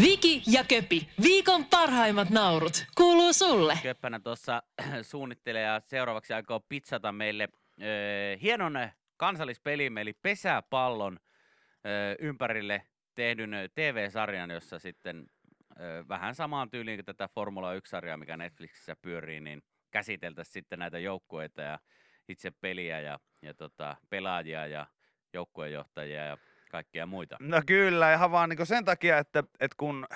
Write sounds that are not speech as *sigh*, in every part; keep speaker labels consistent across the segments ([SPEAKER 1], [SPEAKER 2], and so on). [SPEAKER 1] Viki ja Köpi, viikon parhaimmat naurut, kuuluu sulle.
[SPEAKER 2] Köppänä tuossa *clears throat* suunnittelee ja seuraavaksi aikoo pitsata meille ö, hienon ö, kansallispelimme eli pesäpallon ö, ympärille tehdyn ö, TV-sarjan, jossa sitten ö, vähän samaan tyyliin kuin tätä Formula 1-sarjaa, mikä Netflixissä pyörii, niin käsiteltäisiin sitten näitä joukkueita ja itse peliä ja, ja tota, pelaajia ja joukkuejohtajia ja kaikkia muita.
[SPEAKER 3] No kyllä, ihan vaan niin sen takia, että, että kun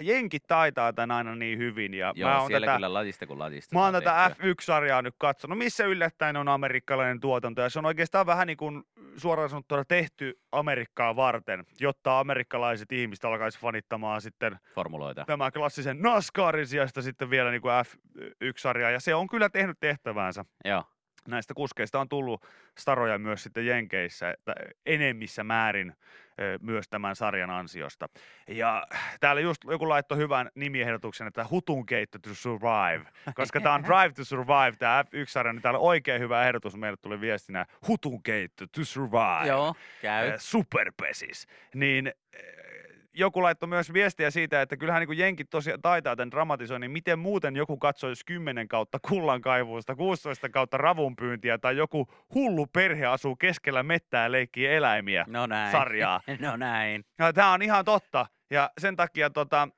[SPEAKER 3] jenkit taitaa tämän aina niin hyvin. Ja
[SPEAKER 2] Joo,
[SPEAKER 3] mä oon
[SPEAKER 2] siellä
[SPEAKER 3] tätä,
[SPEAKER 2] kyllä latista kuin latista.
[SPEAKER 3] mä oon
[SPEAKER 2] saa
[SPEAKER 3] tätä
[SPEAKER 2] tehtyä.
[SPEAKER 3] F1-sarjaa nyt katsonut, missä yllättäen on amerikkalainen tuotanto. Ja se on oikeastaan vähän niin kuin suoraan sanottuna tehty Amerikkaa varten, jotta amerikkalaiset ihmiset alkaisi fanittamaan sitten
[SPEAKER 2] formuloita.
[SPEAKER 3] tämä klassisen NASCARin sijasta sitten vielä niin kuin F1-sarjaa. Ja se on kyllä tehnyt tehtävänsä.
[SPEAKER 2] Joo.
[SPEAKER 3] näistä kuskeista on tullut staroja myös sitten Jenkeissä että enemmissä määrin ö, myös tämän sarjan ansiosta. Ja täällä just joku laittoi hyvän nimiehdotuksen, että Hutunkeitto to Survive, koska tämä on Drive to Survive, tämä F1-sarja, niin täällä on oikein hyvä ehdotus. Meille tuli viestinä Hutunkeitto to Survive
[SPEAKER 2] Joo, käy.
[SPEAKER 3] ö, Äh, superpesis, niin ö, joku laittoi myös viestiä siitä, että kyllähän niin jenkit tosiaan taitaa tämän dramatisoinnin. Miten muuten joku katsoisi 10 kautta kullankaivuusta, 16 kautta ravunpyyntiä tai joku hullu perhe asuu keskellä mettää ja leikkii eläimiä
[SPEAKER 2] No näin.
[SPEAKER 3] sarjaa.
[SPEAKER 2] *laughs* No näin.
[SPEAKER 3] No, tämä on ihan totta ja sen takia tota,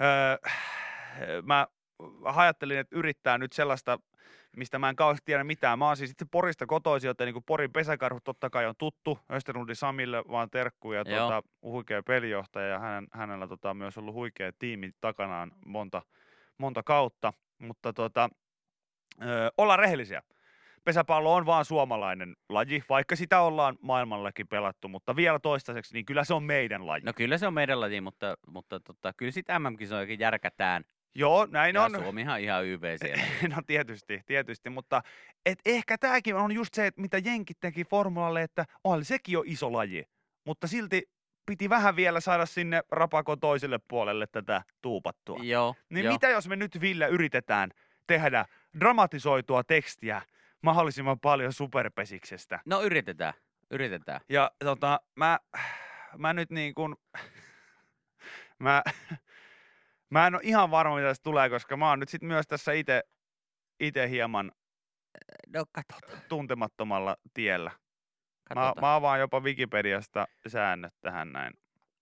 [SPEAKER 3] öö, mä ajattelin, että yrittää nyt sellaista, mistä mä en kauheasti tiedä mitään. Mä oon siis itse Porista kotoisin, joten niin Porin pesäkarhut totta kai on tuttu. Österlundin Samille vaan terkkuja,
[SPEAKER 2] Joo.
[SPEAKER 3] tuota, huikea pelijohtaja ja hänen, hänellä tota, on myös ollut huikea tiimi takanaan monta, monta kautta. Mutta tota, ö, ollaan rehellisiä. Pesäpallo on vaan suomalainen laji, vaikka sitä ollaan maailmallakin pelattu, mutta vielä toistaiseksi, niin kyllä se on meidän laji.
[SPEAKER 2] No kyllä se on meidän laji, mutta, mutta tota, kyllä sitten MM-kisojakin järkätään.
[SPEAKER 3] Joo, näin
[SPEAKER 2] Ja
[SPEAKER 3] Niin on.
[SPEAKER 2] Suomihan ihan YV siellä.
[SPEAKER 3] *laughs* No tietysti, tietysti, mutta et ehkä tämäkin on just se, että mitä jenkit teki formulalle, että oli sekin jo iso laji, mutta silti piti vähän vielä saada sinne rapakon toiselle puolelle tätä tuupattua.
[SPEAKER 2] Joo,
[SPEAKER 3] Niin
[SPEAKER 2] joo.
[SPEAKER 3] mitä jos me nyt Ville yritetään tehdä dramatisoitua tekstiä mahdollisimman paljon superpesiksestä?
[SPEAKER 2] No yritetään, yritetään.
[SPEAKER 3] Ja tota, mä, mä nyt niin kuin, *laughs* mä, *laughs* mä en ole ihan varma mitä tästä tulee, koska mä oon nyt sit myös tässä itse ite hieman
[SPEAKER 2] No katsotaan.
[SPEAKER 3] tuntemattomalla tiellä. Mä,
[SPEAKER 2] katsotaan.
[SPEAKER 3] mä avaan jopa Wikipediasta säännöt tähän näin.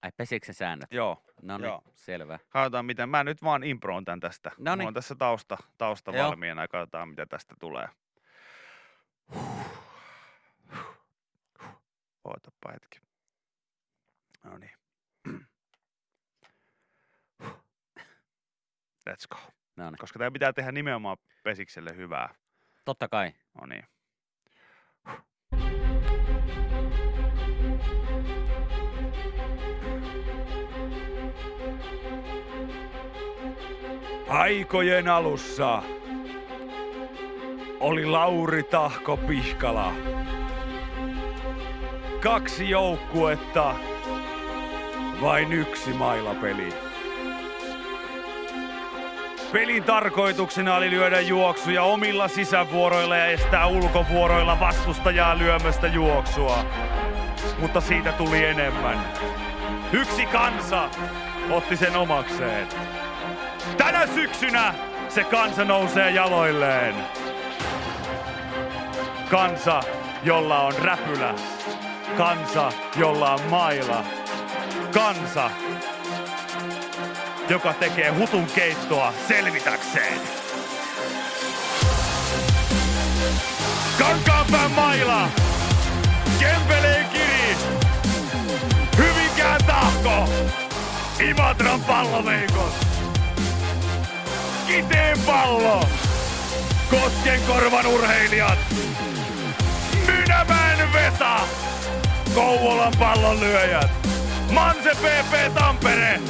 [SPEAKER 2] Ai pesikö se säännöt?
[SPEAKER 3] Joo.
[SPEAKER 2] No niin,
[SPEAKER 3] joo.
[SPEAKER 2] selvä.
[SPEAKER 3] Katsotaan miten. Mä nyt vaan improon tän tästä.
[SPEAKER 2] Noniin.
[SPEAKER 3] Mulla on tässä tausta, tausta
[SPEAKER 2] Joo.
[SPEAKER 3] valmiina ja katsotaan mitä tästä tulee. Ootapa hetki. No niin. Let's go.
[SPEAKER 2] No niin,
[SPEAKER 3] Koska tämä pitää tehdä nimenomaan pesikselle hyvää.
[SPEAKER 2] totta kai.
[SPEAKER 3] No niin. Aikojen alussa oli Lauri Tahko Pihkala. Kaksi joukkuetta, vain yksi mailapeli. Pelin tarkoituksena oli lyödä juoksuja omilla sisävuoroilla ja estää ulkovuoroilla vastustajaa lyömästä juoksua. Mutta siitä tuli enemmän. Yksi kansa otti sen omakseen. Tänä syksynä se kansa nousee jaloilleen. Kansa, jolla on räpylä. Kansa, jolla on maila. Kansa, joka tekee hutun keittoa selvitäkseen. Kankaanpään maila! Kempeleen kiri! Hyvinkään tahko! Imatran palloveikot! Kiteen pallo! Koskenkorvan urheilijat! Mynämäen Vesa! Kouvolan pallonlyöjät! Manse PP Tampere!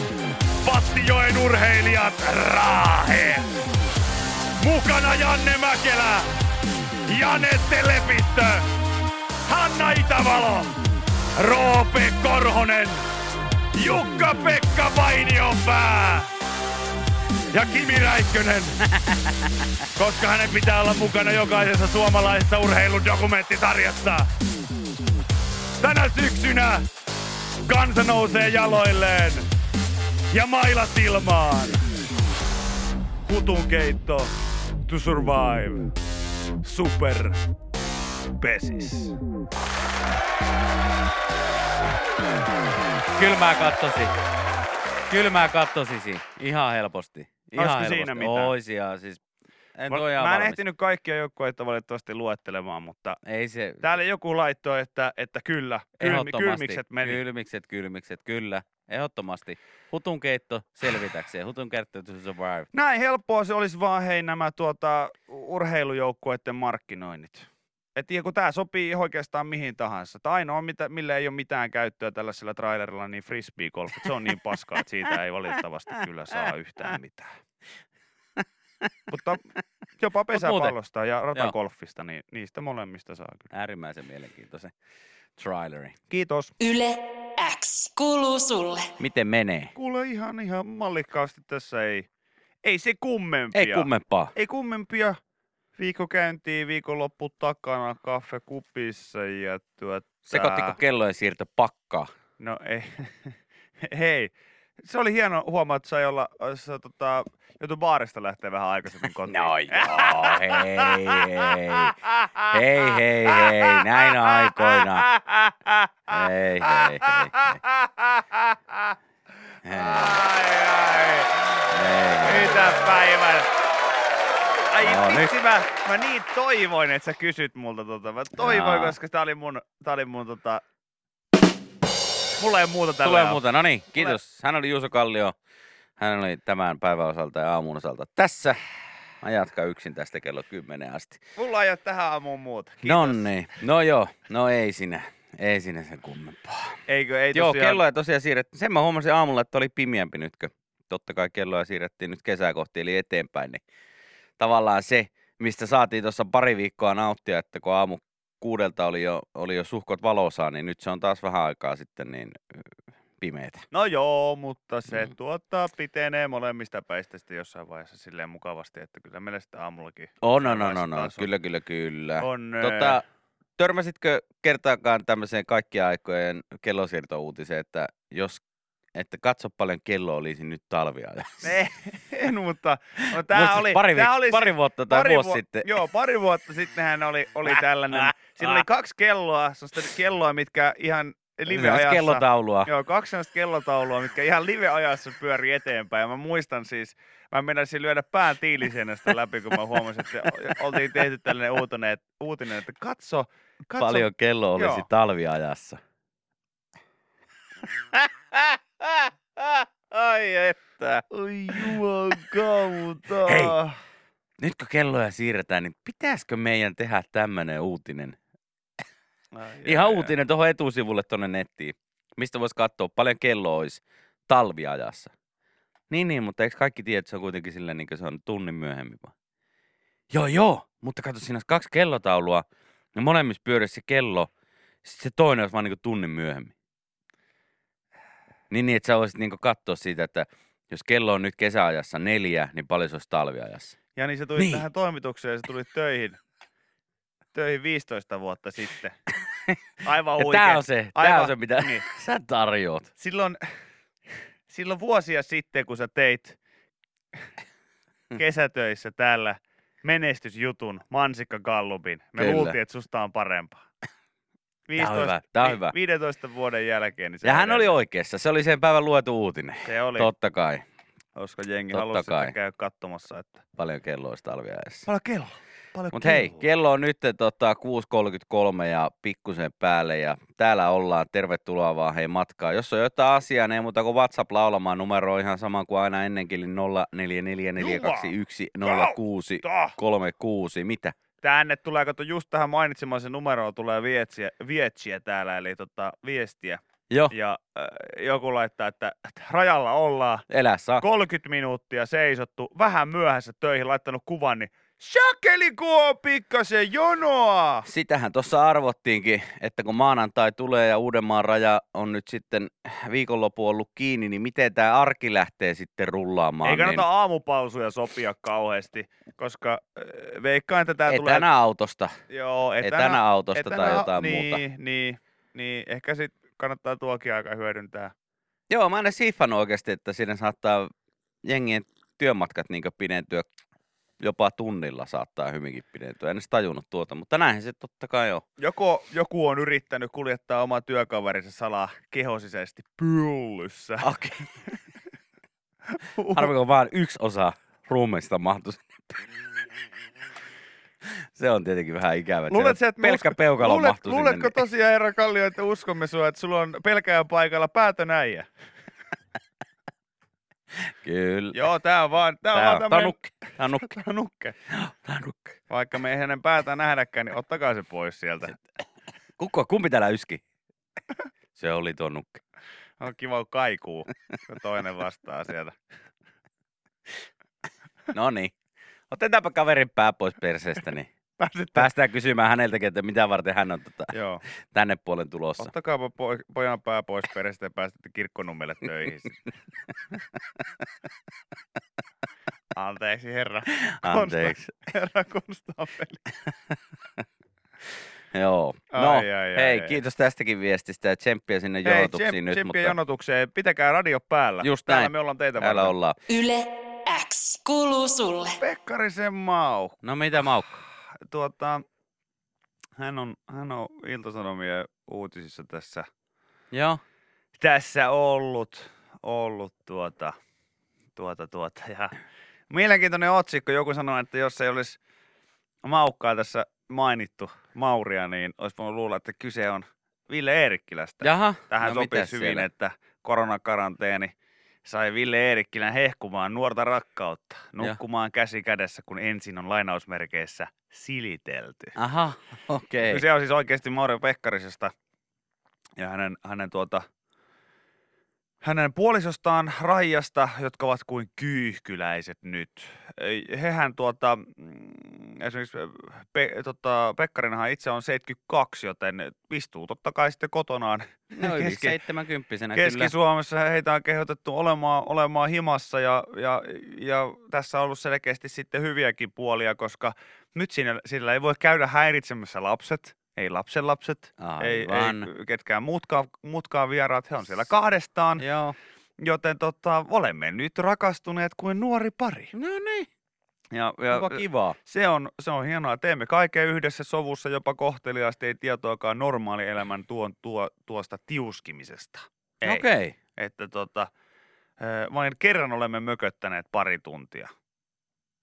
[SPEAKER 3] Pattijoen urheilijat Raahe! Mukana Janne Mäkelä! Janette Lepittö! Hanna Itävalo! Roope Korhonen! Jukka-Pekka Painionpää! Ja Kimi Räikkönen! Koska hänen pitää olla mukana jokaisessa suomalaisessa urheiludokumenttisarjassa. Tänä syksynä kansa nousee jaloilleen. ja mailat ilmaan. Hutun keitto to survive. Super pesis.
[SPEAKER 2] Kylmää kattosi. Kylmää kattosisi. Ihan helposti. Ihan
[SPEAKER 3] Olisiko
[SPEAKER 2] helposti.
[SPEAKER 3] siinä mitään?
[SPEAKER 2] Oisia, siis. En
[SPEAKER 3] Mä,
[SPEAKER 2] tuo ihan
[SPEAKER 3] mä en
[SPEAKER 2] varmista.
[SPEAKER 3] ehtinyt kaikkia joukkueita valitettavasti luettelemaan, mutta
[SPEAKER 2] Ei se.
[SPEAKER 3] täällä joku laittoi, että, että kyllä, kylmi,
[SPEAKER 2] Ehdottomasti.
[SPEAKER 3] kylmikset meni.
[SPEAKER 2] Kylmikset, kylmikset, kyllä. Ehdottomasti. Hutunkeitto selvitäkseen. Hutunkeitto to survive.
[SPEAKER 3] Näin helppoa se olisi vaan hei nämä tuota, urheilujoukkueiden markkinoinnit. Et ja kun tämä sopii oikeastaan mihin tahansa. Tai ainoa, mitä, millä ei ole mitään käyttöä tällaisella trailerilla, niin frisbeegolf. Se on niin paskaa, että siitä ei valitettavasti kyllä saa yhtään mitään. Mutta jopa pesäpallosta ja ratagolfista, niin niistä molemmista saa kyllä.
[SPEAKER 2] Äärimmäisen mielenkiintoisen traileri.
[SPEAKER 3] Kiitos.
[SPEAKER 4] Yle X. Kuuluu sulle.
[SPEAKER 2] Miten menee?
[SPEAKER 3] Kuule ihan ihan mallikkaasti tässä ei, ei se kummempia.
[SPEAKER 2] Ei kummempaa.
[SPEAKER 3] ei kummempia. Viikko käyntiin, viikonloppu takana, kaffe kupissa ja tuota...
[SPEAKER 2] Sekoittiko kellojen siirto pakkaa?
[SPEAKER 3] No ei. *laughs* Hei, se oli hieno huomaa, että sai olla, sä, tota, joutui baarista lähteä vähän
[SPEAKER 2] *laughs*
[SPEAKER 3] aikaisemmin kotiin.
[SPEAKER 2] No joo, hei, hei. Hei, hei, hei, näin aikoina. Hei, hei, hei, hei.
[SPEAKER 3] *laughs* Ai, ai.
[SPEAKER 2] Hei, hei.
[SPEAKER 3] Mitä päivän? Ai
[SPEAKER 2] No
[SPEAKER 3] no, vitsi, mä, mä niin toivoin, että sä kysyt multa tota. Mä toivoin,
[SPEAKER 2] Jaa.
[SPEAKER 3] koska tää oli mun, tää oli mun tota... Mulla ei muuta tällä
[SPEAKER 2] Tulee
[SPEAKER 3] ole.
[SPEAKER 2] muuta, no niin, kiitos. Hän oli Juuso Kallio. Hän oli tämän päivän osalta ja aamun osalta tässä. Mä jatkan yksin tästä kello 10 asti.
[SPEAKER 3] Mulla ei ole tähän aamuun muuta. Kiitos.
[SPEAKER 2] No niin, no joo, no ei sinä. Ei sinä sen kummempaa.
[SPEAKER 3] Eikö, ei
[SPEAKER 2] Joo,
[SPEAKER 3] tosiaan...
[SPEAKER 2] kelloja tosiaan siirrettiin. Sen mä huomasin aamulla, että oli pimeämpi nytkö. Totta kai kelloja siirrettiin nyt kesää kohti, eli eteenpäin. Niin tavallaan se, mistä saatiin tuossa pari viikkoa nauttia, että kun aamu kuudelta oli jo, oli jo suhkot valosaa, niin nyt se on taas vähän aikaa sitten niin ö, pimeetä.
[SPEAKER 3] No joo, mutta se
[SPEAKER 2] Mm.
[SPEAKER 3] tuottaa pitenee molemmista päistä sitten jossain vaiheessa silleen mukavasti, että kyllä meillä sitä aamullakin
[SPEAKER 2] On, no,
[SPEAKER 3] jossain
[SPEAKER 2] no, no, no,
[SPEAKER 3] vaiheessa taas on-
[SPEAKER 2] kyllä, kyllä, kyllä.
[SPEAKER 3] on. Tota...
[SPEAKER 2] Tota, törmäsitkö kertaakaan tämmöiseen kaikkien aikojen kellosiirtouutiseen, että jos että katso paljon kello olisi nyt *laughs* talviajan.
[SPEAKER 3] äh, *laughs* en, mutta no, tää
[SPEAKER 2] Muistat
[SPEAKER 3] oli,
[SPEAKER 2] siis pari,
[SPEAKER 3] tää
[SPEAKER 2] viik-
[SPEAKER 3] oli
[SPEAKER 2] pari vuotta tai
[SPEAKER 3] pari
[SPEAKER 2] vuosi
[SPEAKER 3] vuo-
[SPEAKER 2] sitten.
[SPEAKER 3] Joo, pari vuotta sitten hän oli, oli tällainen. Siinä oli kaksi kelloa, sellaista kelloa, mitkä ihan
[SPEAKER 2] Esimerkiksi
[SPEAKER 3] live-ajassa...
[SPEAKER 2] kellotaulua.
[SPEAKER 3] Joo, kaksi sellaista kellotaulua, mitkä ihan live-ajassa pyöri eteenpäin. Ja mä muistan siis, mä menisin lyödä pään tiiliseinästä läpi, kun mä huomasin, että o- oltiin tehty tällainen uutinen, et- uutinen että katso, katso.
[SPEAKER 2] Paljon kello olisi
[SPEAKER 3] Joo.
[SPEAKER 2] talviajassa.
[SPEAKER 3] Ai että. Oi juokauta.
[SPEAKER 2] Hei. Nyt kun kelloja siirretään, niin pitäisikö meidän tehdä tämmönen uutinen? Ihan uutinen tuohon etusivulle tuonne nettiin, mistä voisi katsoa paljon kello olisi talviajassa. Niin, niin, mutta eikö kaikki tiedä, että se on kuitenkin sillä niin se on tunnin myöhemmin vaan? Joo, joo, mutta katso, siinä olisi kaksi kellotaulua, ja molemmissa pyörissä se kello, sitten se toinen olisi vaan niin tunnin myöhemmin. Niin, niin että sä voisit niin katsoa siitä, että jos kello on nyt kesäajassa neljä, niin paljon se olisi talviajassa.
[SPEAKER 3] Ja niin se tuli
[SPEAKER 2] Niin.
[SPEAKER 3] niin. tähän toimitukseen ja se tuli töihin. Töihin 15 vuotta sitten.
[SPEAKER 2] *laughs*
[SPEAKER 3] Aivan
[SPEAKER 2] Ja
[SPEAKER 3] huikea.
[SPEAKER 2] tää on se, tää on
[SPEAKER 3] Aivan,
[SPEAKER 2] se mitä
[SPEAKER 3] niin.
[SPEAKER 2] *laughs* sä tarjoat.
[SPEAKER 3] Silloin, silloin vuosia sitten, kun sä teit
[SPEAKER 2] Hmm.
[SPEAKER 3] kesätöissä täällä menestysjutun Mansikka Gallupin, me
[SPEAKER 2] Kyllä.
[SPEAKER 3] luultiin, että susta on parempaa.
[SPEAKER 2] hyvä, tää on hyvä.
[SPEAKER 3] 15 vuoden jälkeen. Niin se
[SPEAKER 2] Ja hän
[SPEAKER 3] edelleen.
[SPEAKER 2] oli oikeassa, se oli sen päivän luetu uutinen.
[SPEAKER 3] Se oli.
[SPEAKER 2] Totta kai.
[SPEAKER 3] Koska jengi
[SPEAKER 2] Totta
[SPEAKER 3] halusi
[SPEAKER 2] kai.
[SPEAKER 3] sitten käydä katsomassa, että...
[SPEAKER 2] Paljon kello olisi talviajassa.
[SPEAKER 3] Paljon kello. Paljon
[SPEAKER 2] Mutta hei,
[SPEAKER 3] kelloa.
[SPEAKER 2] kello on nyt tota, 6.33 ja pikkusen päälle ja täällä ollaan. Tervetuloa vaan hei matkaa. Jos on jotain asiaa, niin ei muuta kuin WhatsApp laulamaan. Numero on ihan sama kuin aina ennenkin, eli 0444210636.
[SPEAKER 3] Tah!
[SPEAKER 2] Mitä?
[SPEAKER 3] tänne tulee, kato just tähän mainitsemaan se numeroon tulee vietsiä, vietsiä täällä, eli tota, viestiä.
[SPEAKER 2] Joo,
[SPEAKER 3] Ja äh, joku laittaa, että että rajalla ollaan,
[SPEAKER 2] elä saa.
[SPEAKER 3] 30 minuuttia seisottu, vähän myöhässä töihin, laittanut kuvan, niin Shakeli kuo pikkasen jonoa!
[SPEAKER 2] Sitähän tuossa arvottiinkin, että kun maanantai tulee ja Uudenmaan raja on nyt sitten viikonloppu ollut kiinni, niin miten tämä arki lähtee sitten rullaamaan?
[SPEAKER 3] Ei kannata
[SPEAKER 2] niin
[SPEAKER 3] aamupausuja sopia kauheasti, koska äh, veikkaan, että tää tulee...
[SPEAKER 2] etänä autosta,
[SPEAKER 3] Joo,
[SPEAKER 2] etänä, autosta tai jotain
[SPEAKER 3] niin,
[SPEAKER 2] muuta.
[SPEAKER 3] Niin, niin, niin, ehkä sit kannattaa tuokin aika hyödyntää.
[SPEAKER 2] Joo, mä en edes hiffannut oikeasti, että siinä saattaa jengien työmatkat niin pidentyä jopa tunnilla saattaa hyvinkin pidentyä. En edes tajunnut tuota, mutta näinhän se totta
[SPEAKER 3] *laughs*
[SPEAKER 2] kai on.
[SPEAKER 3] Joko joku on yrittänyt kuljettaa oma työkaverinsa salaa kehosisesti pyllyssä.
[SPEAKER 2] Okei. Harviko vaan yksi osa ruumeista mahtuisi. Se on tietenkin vähän ikävä. että siellä
[SPEAKER 3] Luuletko sä, että me
[SPEAKER 2] pelkkä
[SPEAKER 3] usko-
[SPEAKER 2] peukalo
[SPEAKER 3] Luulet,
[SPEAKER 2] mahtuu
[SPEAKER 3] luuletko
[SPEAKER 2] sinne? niin-
[SPEAKER 3] tosiaan, herra Kallio, että uskomme sua, että sulla on pelkään paikalla päätön äijä?
[SPEAKER 2] Kyllä.
[SPEAKER 3] Joo, tää on vaan, tää on
[SPEAKER 2] Tää
[SPEAKER 3] vaan
[SPEAKER 2] on, tää on
[SPEAKER 3] tämmönen-
[SPEAKER 2] nukke. Tää on nukke.
[SPEAKER 3] *laughs* tää on nukke.
[SPEAKER 2] Tää on nukke.
[SPEAKER 3] Vaikka me ei hänen päätään nähdäkään, niin ottakaa se pois sieltä.
[SPEAKER 2] Kukko, kumpi täällä yski? Se oli tuo nukke.
[SPEAKER 3] On kiva, kun kaikuu, kun toinen vastaa sieltä.
[SPEAKER 2] No niin. Otetaanpa kaverin pää pois perseestä, niin
[SPEAKER 3] Pääsit
[SPEAKER 2] päästään kysymään häneltäkin, että mitä varten hän on tota,
[SPEAKER 3] Joo.
[SPEAKER 2] tänne puolen tulossa.
[SPEAKER 3] Ottakaapa po- pojan pää pois perästä ja päästätte kirkkonummelle töihin. sitten.
[SPEAKER 2] *laughs*
[SPEAKER 3] Anteeksi herra,
[SPEAKER 2] Anteeksi.
[SPEAKER 3] *laughs* herra konstaapeli.
[SPEAKER 2] *laughs* Joo.
[SPEAKER 3] Ai,
[SPEAKER 2] No,
[SPEAKER 3] ai, ai,
[SPEAKER 2] hei,
[SPEAKER 3] ai.
[SPEAKER 2] kiitos tästäkin viestistä ja tsemppiä sinne
[SPEAKER 3] Hei,
[SPEAKER 2] jonotuksiin
[SPEAKER 3] tsem-
[SPEAKER 2] nyt.
[SPEAKER 3] tsemppiä
[SPEAKER 2] Mutta
[SPEAKER 3] jonotukseen. Pitäkää radio päällä.
[SPEAKER 2] Just
[SPEAKER 3] Täällä
[SPEAKER 2] näin.
[SPEAKER 3] me ollaan teitä
[SPEAKER 2] täällä
[SPEAKER 3] varten.
[SPEAKER 2] ollaan.
[SPEAKER 4] Yle X kuuluu sulle.
[SPEAKER 3] Pekkarisen Mau.
[SPEAKER 2] No mitä Maukka?
[SPEAKER 3] Tuota, hän on, hän on Iltasanomien uutisissa tässä,
[SPEAKER 2] Joo.
[SPEAKER 3] tässä ollut, ollut tuota, tuota, tuota. Ja mielenkiintoinen otsikko. Joku sanoi, että jos ei olisi maukkaa tässä mainittu Mauria, niin olisi voinut luulla, että kyse on Ville Eerikkilästä.
[SPEAKER 2] Jaha.
[SPEAKER 3] Tähän
[SPEAKER 2] no,
[SPEAKER 3] sopisi
[SPEAKER 2] mitäs
[SPEAKER 3] hyvin,
[SPEAKER 2] siellä?
[SPEAKER 3] että koronakaranteeni sai Ville Eerikkilän hehkumaan nuorta rakkautta, nukkumaan käsi kädessä, kun ensin on lainausmerkeissä silitelty.
[SPEAKER 2] Aha, okei.
[SPEAKER 3] Kyse on siis oikeasti Mauri Pekkarisesta ja hänen, hänen, tuota, hänen puolisostaan Raijasta, jotka ovat kuin kyyhkyläiset nyt. Ei, Hehän tuota, mm, esimerkiksi Pe, tota, Pekkarinenhan itse on 72, joten istuu totta kai sitten kotonaan
[SPEAKER 2] No yli
[SPEAKER 3] keski-
[SPEAKER 2] 70 kyllä.
[SPEAKER 3] Keski-Suomessa heitä on kehotettu olemaan, olemaan himassa ja, ja, ja tässä on ollut selkeästi sitten hyviäkin puolia, koska nyt siinä, sillä ei voi käydä häiritsemässä lapset, ei lapsen lapset, ei, ei
[SPEAKER 2] Aivan.
[SPEAKER 3] ketkään muutkaan, muutkaan vieraat, he on siellä kahdestaan,
[SPEAKER 2] Joo.
[SPEAKER 3] joten tota, olemme nyt rakastuneet kuin nuori pari.
[SPEAKER 2] No niin,
[SPEAKER 3] Ja,
[SPEAKER 2] onpa
[SPEAKER 3] ja,
[SPEAKER 2] kivaa.
[SPEAKER 3] se on, se on hienoa. Teemme kaiken yhdessä sovussa, jopa kohteliaasti, ei tietoakaan normaalielämän tuon, tuo, tuosta tiuskimisesta. Ei.
[SPEAKER 2] Okei. No
[SPEAKER 3] Että tota, ö, vain kerran olemme mököttäneet pari tuntia.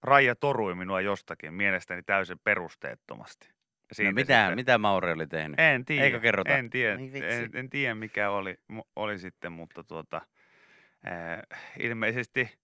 [SPEAKER 3] Raija torui minua jostakin, mielestäni täysin perusteettomasti.
[SPEAKER 2] No
[SPEAKER 3] Siitä
[SPEAKER 2] mitä,
[SPEAKER 3] sitten-
[SPEAKER 2] mitä Mauri oli tehnyt?
[SPEAKER 3] En tiedä.
[SPEAKER 2] Eikö kerrota?
[SPEAKER 3] En tiedä,
[SPEAKER 2] Ai vitsi.
[SPEAKER 3] en, en tiedä mikä oli, mu- oli sitten, mutta tuota, ää, ilmeisesti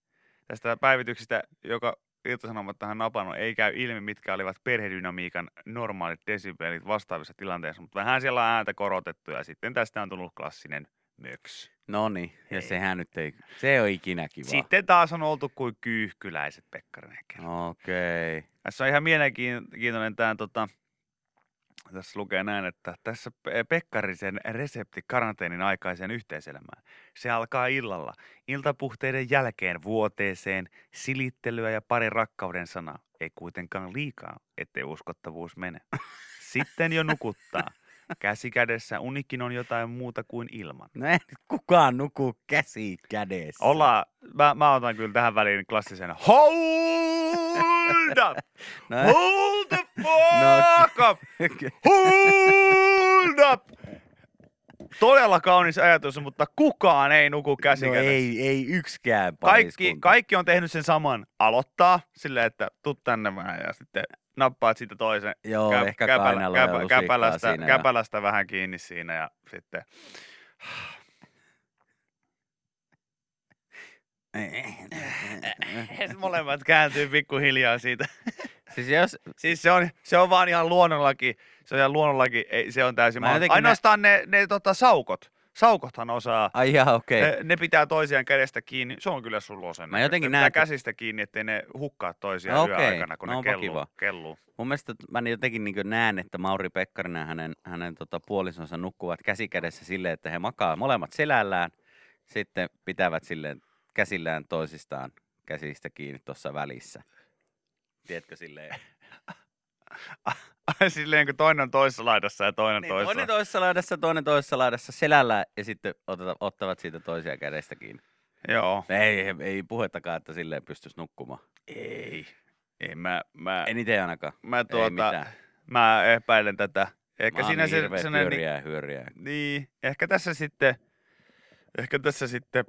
[SPEAKER 3] tästä päivityksestä, joka Ilta-Sanomat tähän napannut, ei käy ilmi, mitkä olivat perhedynamiikan normaalit desibelit vastaavissa tilanteissa, mutta vähän siellä on ääntä korotettu ja sitten tästä on tullut klassinen möks.
[SPEAKER 2] No niin, ja
[SPEAKER 3] Ei.
[SPEAKER 2] sehän nyt ei, se on ikinä kivaa.
[SPEAKER 3] Sitten taas on oltu kuin kyyhkyläiset, Pekkarinen
[SPEAKER 2] No.
[SPEAKER 3] kertoo.
[SPEAKER 2] Okei.
[SPEAKER 3] Tässä on ihan mielenkiintoinen tämä, tota, tässä lukee näin, että tässä Pe- Pekkarisen resepti karanteenin aikaiseen yhteiselämään. Se alkaa illalla, iltapuhteiden jälkeen vuoteeseen, silittelyä ja pari rakkauden sanaa. Ei kuitenkaan liikaa, ettei uskottavuus mene. Sitten jo nukuttaa. Käsi kädessä unikin on jotain muuta kuin ilman.
[SPEAKER 2] No ei nyt kukaan nuku käsi kädessä.
[SPEAKER 3] Ollaan, mä, mä otan kyllä tähän väliin klassisen hold
[SPEAKER 2] *laughs*
[SPEAKER 3] up,
[SPEAKER 2] No,
[SPEAKER 3] hold the
[SPEAKER 2] No.
[SPEAKER 3] fuck up, hold up. Todella kaunis ajatus, mutta kukaan ei nuku käsi
[SPEAKER 2] no ei, ei yksikään
[SPEAKER 3] kaikki,
[SPEAKER 2] pariskunta.
[SPEAKER 3] kaikki on tehnyt sen saman. Aloittaa silleen, että tuu tänne vähän ja sitten nappaat siitä toisen
[SPEAKER 2] Joo,
[SPEAKER 3] käp-
[SPEAKER 2] ehkä
[SPEAKER 3] käpälä-
[SPEAKER 2] kainalo
[SPEAKER 3] käpä-
[SPEAKER 2] ja
[SPEAKER 3] käpälästä,
[SPEAKER 2] käpälästä, siinä. ja-
[SPEAKER 3] käpälästä vähän kiinni siinä ja sitten *laughs* molemmat kääntyy pikkuhiljaa siitä
[SPEAKER 2] *laughs* Siis jos,
[SPEAKER 3] Siis se on, se on vaan ihan luonnollakin, se on ihan luonnollakin, ei, se on täysin
[SPEAKER 2] Mä
[SPEAKER 3] mahdollista.
[SPEAKER 2] jotenkin nä-
[SPEAKER 3] Ainoastaan ne, ne tota, saukot, saukothan osaa,
[SPEAKER 2] ai jaa, okei.
[SPEAKER 3] ne, ne pitää toisiaan kädestä kiinni, se on kyllä sulla sen.
[SPEAKER 2] Mä jotenkin
[SPEAKER 3] ne
[SPEAKER 2] näen,
[SPEAKER 3] pitää
[SPEAKER 2] että-
[SPEAKER 3] käsistä kiinni, ettei ne hukkaa toisiaan
[SPEAKER 2] No
[SPEAKER 3] okay.
[SPEAKER 2] okei,
[SPEAKER 3] yöaikana, kun
[SPEAKER 2] no
[SPEAKER 3] ne
[SPEAKER 2] onpa
[SPEAKER 3] kelluu,
[SPEAKER 2] kiva.
[SPEAKER 3] kelluu. *laughs*
[SPEAKER 2] Mun mielestä mä niin jotenkin niin näen, että Mauri Pekkarinen ja hänen, hänen tota puolisonsa nukkuvat käsikädessä silleen, että he makaa molemmat selällään, sitten pitävät silleen käsillään toisistaan käsistä kiinni tuossa välissä. Tiedätkö silleen?
[SPEAKER 3] Silleen kun toinen on toisessa laidassa ja toinen
[SPEAKER 2] Niin,
[SPEAKER 3] toisessa.
[SPEAKER 2] toinen toisessa laidassa, toinen toisessa laidassa selällä ja sitten oteta, ottavat siitä toisia kädestä kiinni.
[SPEAKER 3] Joo.
[SPEAKER 2] Ei, ei- ei puhettakaan, että silleen pystyisi nukkumaan.
[SPEAKER 3] Ei. Ei mä, mä,
[SPEAKER 2] En itse ainakaan.
[SPEAKER 3] mä,
[SPEAKER 2] ei
[SPEAKER 3] tuota,
[SPEAKER 2] mitään.
[SPEAKER 3] mä epäilen tätä. Ehkä
[SPEAKER 2] Mä oon
[SPEAKER 3] siinä
[SPEAKER 2] niin
[SPEAKER 3] se,
[SPEAKER 2] hirveä
[SPEAKER 3] sellainen, niin,
[SPEAKER 2] pyöriää, hyöriää.
[SPEAKER 3] niin, ehkä tässä sitten, ehkä tässä sitten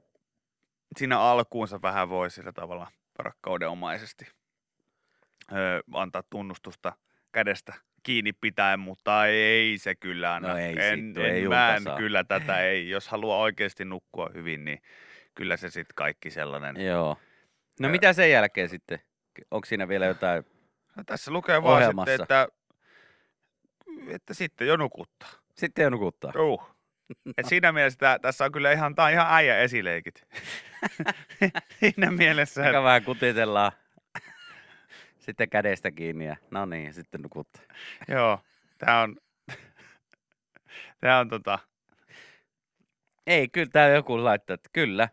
[SPEAKER 3] siinä alkuunsa vähän voi sillä tavalla rakkaudenomaisesti öö, antaa tunnustusta kädestä kiinni pitäen, mutta ei se kyllä anna.
[SPEAKER 2] No ei
[SPEAKER 3] en,
[SPEAKER 2] sit,
[SPEAKER 3] en,
[SPEAKER 2] ei
[SPEAKER 3] mä en
[SPEAKER 2] unta saa.
[SPEAKER 3] kyllä tätä, ei. Jos haluaa oikeasti nukkua hyvin, niin kyllä se sitten kaikki sellainen.
[SPEAKER 2] Joo. No
[SPEAKER 3] Ö.
[SPEAKER 2] mitä sen jälkeen sitten? Onko siinä vielä jotain?
[SPEAKER 3] No, tässä lukee vaan sitten,
[SPEAKER 2] Ohjelmassa.
[SPEAKER 3] että, että sitten jo nukuttaa.
[SPEAKER 2] Sitten ei nukuttaa.
[SPEAKER 3] Juu. Uhuh. Et siinä mielessä tää, tässä on kyllä ihan, tää on ihan äijä *laughs* esileikit. siinä mielessä,
[SPEAKER 2] Aika
[SPEAKER 3] että
[SPEAKER 2] vähän kutitellaan. *laughs* Sitten kädestä kiinni ja no niin, sitten nukuttaa.
[SPEAKER 3] joo, tää on, tää on tota,
[SPEAKER 2] Ei, kyllä täällä joku laittaa, että kyllä.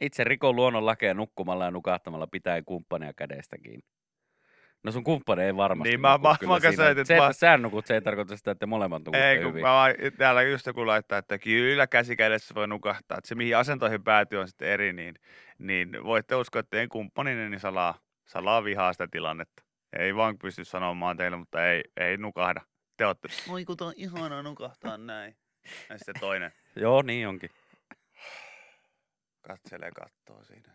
[SPEAKER 2] Itse rikon luonnonlakeja nukkumalla ja nukahtamalla pitää kumppania kädestä kiinni. No sun kumppani ei varmasti
[SPEAKER 3] Niin, mä-
[SPEAKER 2] nuku
[SPEAKER 3] mä-
[SPEAKER 2] kyllä
[SPEAKER 3] mä kanssa
[SPEAKER 2] siinä.
[SPEAKER 3] ajattelin,
[SPEAKER 2] Se,
[SPEAKER 3] että
[SPEAKER 2] että
[SPEAKER 3] mä-
[SPEAKER 2] sä nukut, se ei tarkoita sitä, että molemmat nukutte
[SPEAKER 3] Uhuh, ei kun
[SPEAKER 2] hyvin.
[SPEAKER 3] mä, vaan- täällä just joku laittaa, että kyllä käsikädessä voi nukahtaa, että se mihin asentoihin päätyy on sitten eri, niin, niin voitte uskoa, että en kumppaninen niin salaa, salaa vihaa sitä tilannetta. Ei vaan pysty sanomaan teille, mutta ei, ei nukahda. Te ootte, voi kun on ihanaa nukahtaa näin. Ja sitten toinen
[SPEAKER 2] Joo, niin onkin.
[SPEAKER 3] katselee kattoo siinä.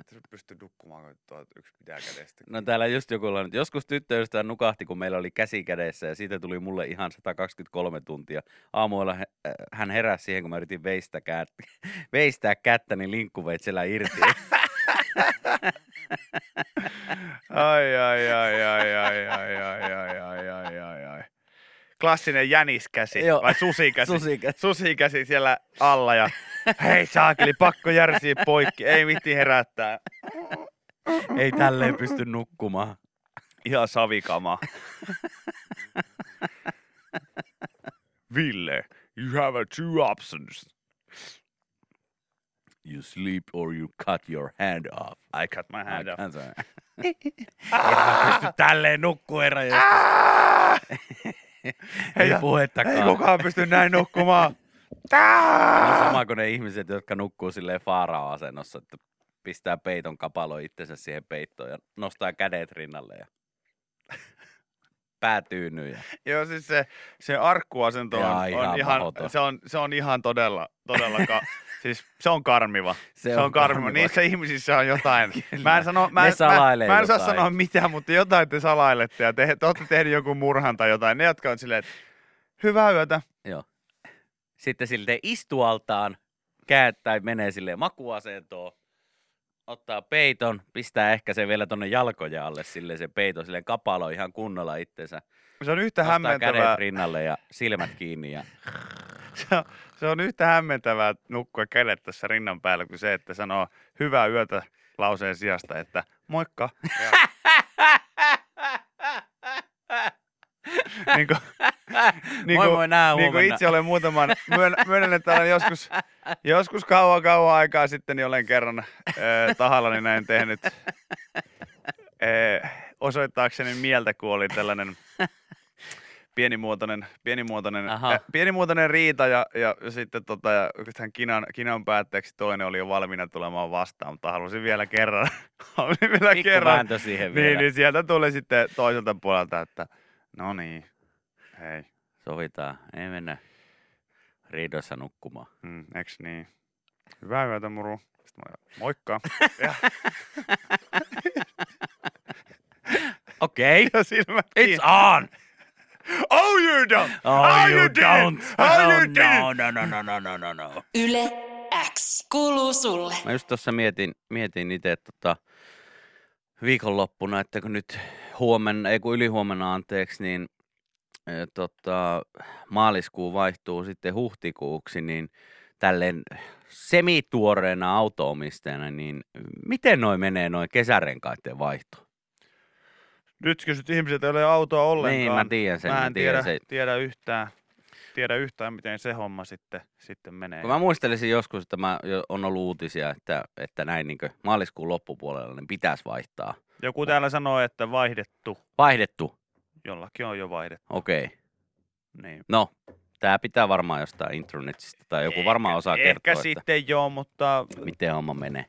[SPEAKER 3] Et sä pysty nukkumaan, kun tuot yksi pitää kädestä.
[SPEAKER 2] No täällä just joku on, että joskus tyttöystävä nukahti, kun meillä oli käsi kädessä ja siitä tuli mulle ihan 123 tuntia. Aamuilla he- äh, hän heräsi siihen, kun mä yritin veistää, kää, *laughs* veistää kättä, niin linkkuveitsellä
[SPEAKER 3] *laughs*
[SPEAKER 2] irti.
[SPEAKER 3] Ai, ai, ai, ai, ai, ai, ai, ai, ai, ai, ai, ai. Klassinen jäniskäsi
[SPEAKER 2] Joo.
[SPEAKER 3] vai susikäsi?
[SPEAKER 2] Susikä.
[SPEAKER 3] Susikäsi siellä alla ja hei saakeli, pakko järsiä poikki, ei mitti herättää.
[SPEAKER 2] Ei tälleen pysty nukkumaan.
[SPEAKER 3] Ihan savikama. Ville, you have a two options.
[SPEAKER 2] You sleep or you cut your hand off.
[SPEAKER 3] I cut my hand off.
[SPEAKER 2] Kansa. *laughs* Ah! Pysty tälleen nukkuu herra, jos
[SPEAKER 3] Ah!
[SPEAKER 2] ei
[SPEAKER 3] ja-
[SPEAKER 2] puhettakaan.
[SPEAKER 3] Ei kukaan pysty näin nukkumaan. Tää!
[SPEAKER 2] Sama kuin ne ihmiset, jotka nukkuu silleen faara-asennossa, että pistää peiton kapalo itsensä siihen peittoon ja nostaa kädet rinnalle ja *laughs* pää tyynyy. Ja...
[SPEAKER 3] Joo, siis se, se arkkuasento on,
[SPEAKER 2] Jaa,
[SPEAKER 3] on ihan,
[SPEAKER 2] ihan mahoton.
[SPEAKER 3] se, on, se on ihan todella, todella
[SPEAKER 2] *laughs*
[SPEAKER 3] ka- siis se on karmiva. Se, on karmiva.
[SPEAKER 2] Niin
[SPEAKER 3] Niissä ihmisissä on
[SPEAKER 2] *laughs*
[SPEAKER 3] jotain. mä en, sano, mä,
[SPEAKER 2] Ne
[SPEAKER 3] en- mä,
[SPEAKER 2] salailee
[SPEAKER 3] mä en saa
[SPEAKER 2] jotain.
[SPEAKER 3] sanoa mitään, mutta jotain te salailette ja te, te olette tehneet joku murhan tai jotain. Ne, jotka on silleen, että hyvää yötä.
[SPEAKER 2] Sitten silleen istualtaan käät tai menee silleen makuasentoon, ottaa peiton, pistää ehkä sen vielä tonne jalkojen alle silleen se peito, silleen kapalo ihan kunnolla itsensä.
[SPEAKER 3] Se on yhtä
[SPEAKER 2] Nostaa
[SPEAKER 3] hämmentävää.
[SPEAKER 2] kädet rinnalle ja silmät kiinni ja
[SPEAKER 3] Se on, se on yhtä hämmentävää nukkua kädet tässä rinnan päällä kuin se, että sanoo hyvää yötä lauseen sijasta, että
[SPEAKER 2] *laughs*
[SPEAKER 3] moikka. Ja, niin kuin,
[SPEAKER 2] niin moi
[SPEAKER 3] kuin-
[SPEAKER 2] moi, nää
[SPEAKER 3] *laughs* niin kuin
[SPEAKER 2] huomenna.
[SPEAKER 3] itse olen muutaman, myön, myönnän, että olen joskus, joskus kauan kauan aikaa sitten, niin olen kerran ö, tahallani näin tehnyt ö, osoittaakseni mieltä, kun oli tällainen pienimuotoinen, pienimuotoinen,
[SPEAKER 2] Aha.
[SPEAKER 3] äh, pienimuotoinen riita ja, ja sitten tota, ja tämän kinan, kinan päätteeksi toinen oli jo valmiina tulemaan vastaan, mutta halusin vielä kerran, *laughs* halusin vielä
[SPEAKER 2] Pikku
[SPEAKER 3] kerran
[SPEAKER 2] vääntö siihen vielä.
[SPEAKER 3] niin, niin sieltä tuli sitten toiselta puolelta, että no niin, hei,
[SPEAKER 2] Sovitaan, ei mennä riidossa nukkumaan.
[SPEAKER 3] mm, eks niin? Hyvää yötä, Muru. Sitten mä, moikka. *laughs* Ja, *laughs*
[SPEAKER 2] Okei,
[SPEAKER 3] ja silmät
[SPEAKER 2] it's
[SPEAKER 3] kiinni.
[SPEAKER 2] on!
[SPEAKER 3] Oh, you don't!
[SPEAKER 2] Oh, you
[SPEAKER 3] did it!
[SPEAKER 2] don't!
[SPEAKER 3] Oh, you did it!
[SPEAKER 2] no, no, no, no, no, no, no, no.
[SPEAKER 4] Yle X kuuluu sulle.
[SPEAKER 2] Mä just tuossa mietin, mietin itse tota, viikonloppuna, että kun nyt huomenna, ei kun ylihuomenna anteeksi, niin ö, tota, maaliskuu vaihtuu sitten huhtikuuksi, niin tälleen semituoreena autoomistajana, niin miten noin menee noin kesärenkaiden vaihto?
[SPEAKER 3] Nyt kysyt ihmiset, ei ole autoa ollenkaan.
[SPEAKER 2] Niin, mä tiedän sen,
[SPEAKER 3] Mä en tiedä,
[SPEAKER 2] sen.
[SPEAKER 3] tiedä yhtään, tiedä yhtään, miten se homma sitten, sitten menee.
[SPEAKER 2] Kun mä muistelisin joskus, että mä, jo- on ollut uutisia, että, että näin niin maaliskuun loppupuolella niin pitäisi vaihtaa.
[SPEAKER 3] Joku täällä sanoo, että vaihdettu.
[SPEAKER 2] Vaihdettu.
[SPEAKER 3] Jollakin on jo vaihdettu.
[SPEAKER 2] Okei.
[SPEAKER 3] Niin.
[SPEAKER 2] No, tää pitää varmaan jostain intronetistä tai joku varmaan osaa
[SPEAKER 3] ehkä
[SPEAKER 2] kertoa,
[SPEAKER 3] Ehkä
[SPEAKER 2] että
[SPEAKER 3] sitten joo, mutta
[SPEAKER 2] miten homma menee.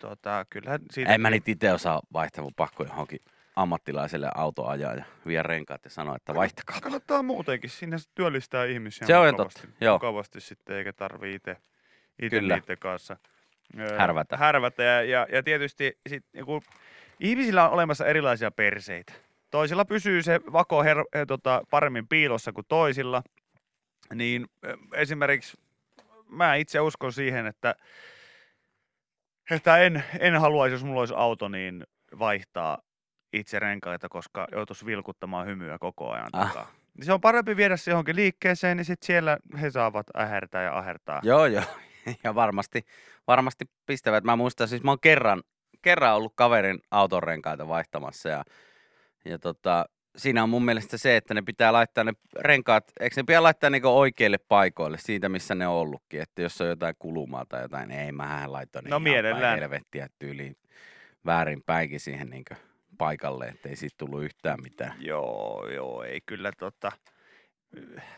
[SPEAKER 3] tota, kyllähän siitä...
[SPEAKER 2] En mä niitä itse osaa vaihtaa, kun pakko johonkin ammattilaiselle autoajaa ja vie renkaat ja sanoa, että vaihtakaa.
[SPEAKER 3] Kannattaa muutenkin, sinne se työllistää ihmisiä
[SPEAKER 2] Se on ihan
[SPEAKER 3] mukavasti,
[SPEAKER 2] totta, joo.
[SPEAKER 3] mukavasti sitten, eikä tarvii itse, itse
[SPEAKER 2] Kyllä.
[SPEAKER 3] niiden kanssa ö,
[SPEAKER 2] Härvätä.
[SPEAKER 3] härvätä. Ja, ja, ja tietysti sit, niinku, ihmisillä on olemassa erilaisia perseitä. Toisilla pysyy se vako her, eh, tota, paremmin piilossa kuin toisilla. Niin ö, esimerkiksi mä itse uskon siihen, että, että en, en haluaisi, jos mulla olisi auto, niin vaihtaa itse renkaita, koska joutuisi vilkuttamaan hymyä koko ajan.
[SPEAKER 2] Ah.
[SPEAKER 3] takaa. Niin Se on parempi viedä se johonkin liikkeeseen, niin sitten siellä he saavat ähertää ja ahertaa.
[SPEAKER 2] *laughs* Joo, joo. Ja varmasti, varmasti pistävät. Mä muistan, siis mä oon kerran, kerran ollut kaverin autonrenkaita vaihtamassa ja, ja tota, siinä on mun mielestä se, että ne pitää laittaa ne renkaat, eikö ne pitää laittaa niinku oikeille paikoille siitä, missä ne on ollutkin. Että jos on jotain kulumaa tai jotain, niin ei mähän laitoin ne
[SPEAKER 3] No
[SPEAKER 2] ihan päin
[SPEAKER 3] mielellään.
[SPEAKER 2] helvettiä tyyliin väärinpäinkin siihen niinku paikalle, ettei siitä tullut yhtään mitään.
[SPEAKER 3] Joo, joo, ei kyllä tota...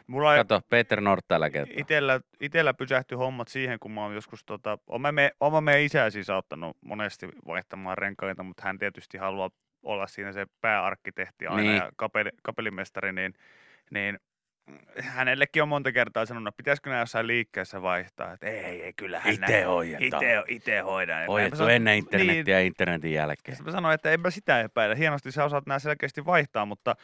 [SPEAKER 3] Mulla ei-
[SPEAKER 2] Kato, Peter Nord tällä kertaa.
[SPEAKER 3] itellä, itellä pysähtyi hommat siihen, kun mä oon joskus, tota, oma, me, oma meidän isä siis auttanut monesti vaihtamaan renkaita, mutta hän tietysti haluaa olla siinä se pääarkkitehti aina
[SPEAKER 2] Niin.
[SPEAKER 3] niin. ja kapeli, kapelimestari, niin, niin hänellekin on monta kertaa sanonut, että pitäisikö nämä jossain liikkeessä vaihtaa, että ei, ei, kyllähän
[SPEAKER 2] Ite hoidetaan.
[SPEAKER 3] Ite, ite hoidan. Ja mä
[SPEAKER 2] Hoidettu
[SPEAKER 3] sanon-
[SPEAKER 2] ennen internetiä ja internetin jälkeen.
[SPEAKER 3] sitten mä sanoin, että enpä sitä epäile. Hienosti sä osaat nämä selkeästi vaihtaa, mutta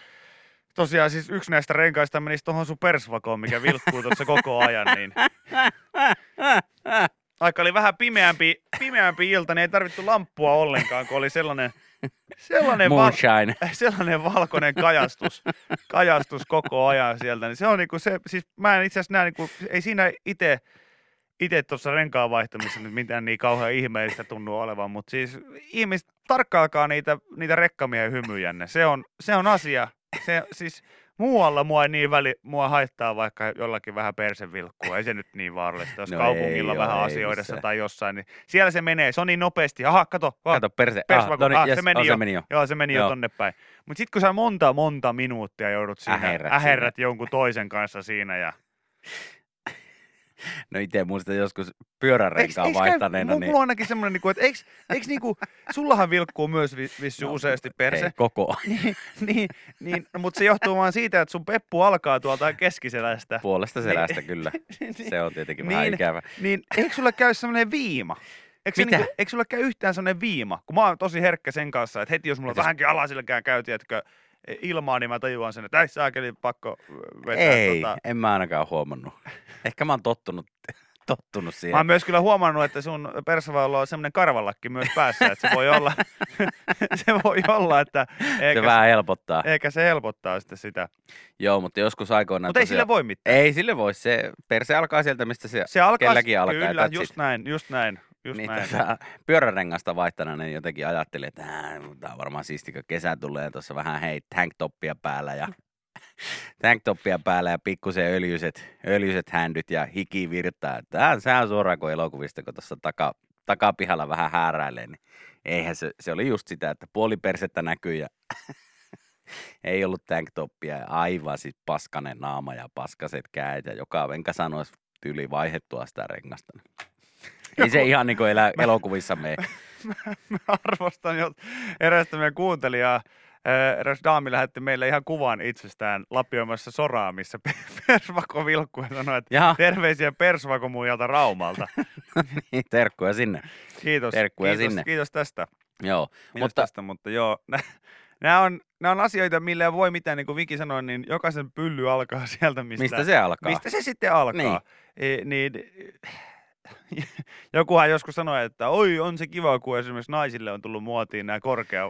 [SPEAKER 3] tosiaan siis yksi näistä renkaista menisi tuohon sun persvakoon, mikä vilkkuu tuossa koko ajan. Niin aika oli vähän pimeämpi, pimeämpi ilta, niin ei tarvittu lamppua ollenkaan, kun oli sellainen, sellainen, val,
[SPEAKER 2] Moonshine.
[SPEAKER 3] *laughs* sellainen valkoinen kajastus, kajastus koko ajan sieltä. Niin se on niinku se, siis mä en itse asiassa näe, niinku, ei siinä itse itse tuossa renkaan vaihtamisessa nyt mitään niin kauhean ihmeellistä tunnu olevan, mutta siis ihmiset, tarkkailkaa niitä, niitä rekkamiehen hymyjänne. Se on, se on asia. Se, siis muualla mua ei niin väli, mua haittaa vaikka jollakin vähän persevilkkua. Ei se nyt niin vaarallista, jos
[SPEAKER 2] No
[SPEAKER 3] no
[SPEAKER 2] ei
[SPEAKER 3] kaupungilla
[SPEAKER 2] oo,
[SPEAKER 3] vähän
[SPEAKER 2] ei
[SPEAKER 3] asioidessa
[SPEAKER 2] missään.
[SPEAKER 3] tai jossain. Niin siellä se menee, se on niin nopeasti. Aha, kato, kato
[SPEAKER 2] Kato, perse.
[SPEAKER 3] Persvaku-
[SPEAKER 2] no niin,
[SPEAKER 3] ah,
[SPEAKER 2] jes,
[SPEAKER 3] se meni
[SPEAKER 2] oh,
[SPEAKER 3] jo.
[SPEAKER 2] se meni jo.
[SPEAKER 3] Joo, se meni
[SPEAKER 2] Joo.
[SPEAKER 3] jo tonne päin. Mutta sitten kun sä monta, monta minuuttia joudut siinä,
[SPEAKER 2] Äherrät
[SPEAKER 3] äherrät, äherrät jonkun toisen kanssa
[SPEAKER 2] *laughs*
[SPEAKER 3] siinä. Ja...
[SPEAKER 2] No itse muistan joskus pyörärenkaan vaihtaneena,
[SPEAKER 3] niin...
[SPEAKER 2] niin
[SPEAKER 3] Mulla on ainakin semmoinen, niinku, että eiks, eiks niinku, sullahan vilkkuu myös vi- vissi
[SPEAKER 2] No,
[SPEAKER 3] no, useasti
[SPEAKER 2] ei
[SPEAKER 3] perse. *laughs*
[SPEAKER 2] koko ajan
[SPEAKER 3] Niin, niin, niin, mutta se johtuu vaan siitä, että sun peppu alkaa tuolta keskiselästä.
[SPEAKER 2] puolesta selästä kyllä.
[SPEAKER 3] *laughs* Niin.
[SPEAKER 2] Se on tietenkin vähän
[SPEAKER 3] Niin.
[SPEAKER 2] ikävä.
[SPEAKER 3] Niin eikö sulla käy semmoinen viima? Eikö, se
[SPEAKER 2] Mitä?
[SPEAKER 3] Niinku, eikö sulla käy yhtään semmoinen viima? Kun mä oon tosi herkkä sen kanssa, että heti jos mulla
[SPEAKER 2] Että jos-
[SPEAKER 3] vähänkin alasilkään käy, tiedätkö, ilmaa, niin mä tajuan sen, että ei saakeli pakko vetää.
[SPEAKER 2] Ei,
[SPEAKER 3] Tota.
[SPEAKER 2] en mä ainakaan huomannut. Ehkä mä oon tottunut, tottunut
[SPEAKER 3] Mä
[SPEAKER 2] siihen.
[SPEAKER 3] oon myös kyllä huomannut, että sun persavalla on semmoinen karvalakki myös päässä, että se voi olla, *laughs* se voi olla että
[SPEAKER 2] Se
[SPEAKER 3] eikä,
[SPEAKER 2] vähän helpottaa.
[SPEAKER 3] eikä se helpottaa sitten sitä.
[SPEAKER 2] Joo, mutta joskus aikoinaan
[SPEAKER 3] Mutta ei sillä
[SPEAKER 2] tosiaan-
[SPEAKER 3] voi mitään.
[SPEAKER 2] Ei sille voi. Se perse alkaa sieltä, mistä se...
[SPEAKER 3] Se alkaa,
[SPEAKER 2] Kelläkin alkaa,
[SPEAKER 3] Kyllä,
[SPEAKER 2] that's
[SPEAKER 3] just
[SPEAKER 2] it.
[SPEAKER 3] näin, just näin, just
[SPEAKER 2] Niin,
[SPEAKER 3] näin.
[SPEAKER 2] tota, pyörärengasta vaihtana niin jotenkin ajattelin, että tämä on varmaan siisti, kun kesä tulee tuossa vähän hei tanktoppia päällä ja *laughs* tanktoppia päällä ja pikkusen öljyset, öljyset händyt ja hiki virtaa. Että Tää, sehän on suoraan kuin elokuvista, kun tuossa taka, takapihalla vähän hääräilee, niin eihän se, se oli just sitä, että puoli persettä näkyy ja *laughs* ei ollut tanktoppia ja aivan siis paskanen naama ja paskaset käet ja joka venka sanoisi tyyli vaihettua sitä rengasta. niin Ei se ihan niin kuin elä, elokuvissa
[SPEAKER 3] *laughs*
[SPEAKER 2] mene.
[SPEAKER 3] mä *laughs* arvostan jo erästä meidän kuuntelijaa. Ö, Eräs daami lähetti meille ihan kuvan itsestään lapioimassa soraa, missä pe- *laughs* Persvako vilkkuu ja sanoi, että
[SPEAKER 2] Jaha,
[SPEAKER 3] terveisiä Persvako muijalta Raumalta.
[SPEAKER 2] niin, terkkuja sinne.
[SPEAKER 3] Kiitos,
[SPEAKER 2] Terkkuja
[SPEAKER 3] kiitos,
[SPEAKER 2] sinne.
[SPEAKER 3] kiitos tästä.
[SPEAKER 2] Joo,
[SPEAKER 3] Kiitos
[SPEAKER 2] mutta
[SPEAKER 3] mutta... tästä, mutta joo. *laughs* Nämä on, nää on asioita, millä ei voi mitään, niin kuin Viki sanoi, niin jokaisen pylly alkaa *laughs* sieltä, mistä,
[SPEAKER 2] mistä se alkaa?
[SPEAKER 3] Mistä se sitten alkaa? Niin. E, niin, *laughs* jokuhan joskus sanoi, että oi on se kiva, kun esimerkiksi naisille on tullut muotiin nämä korkea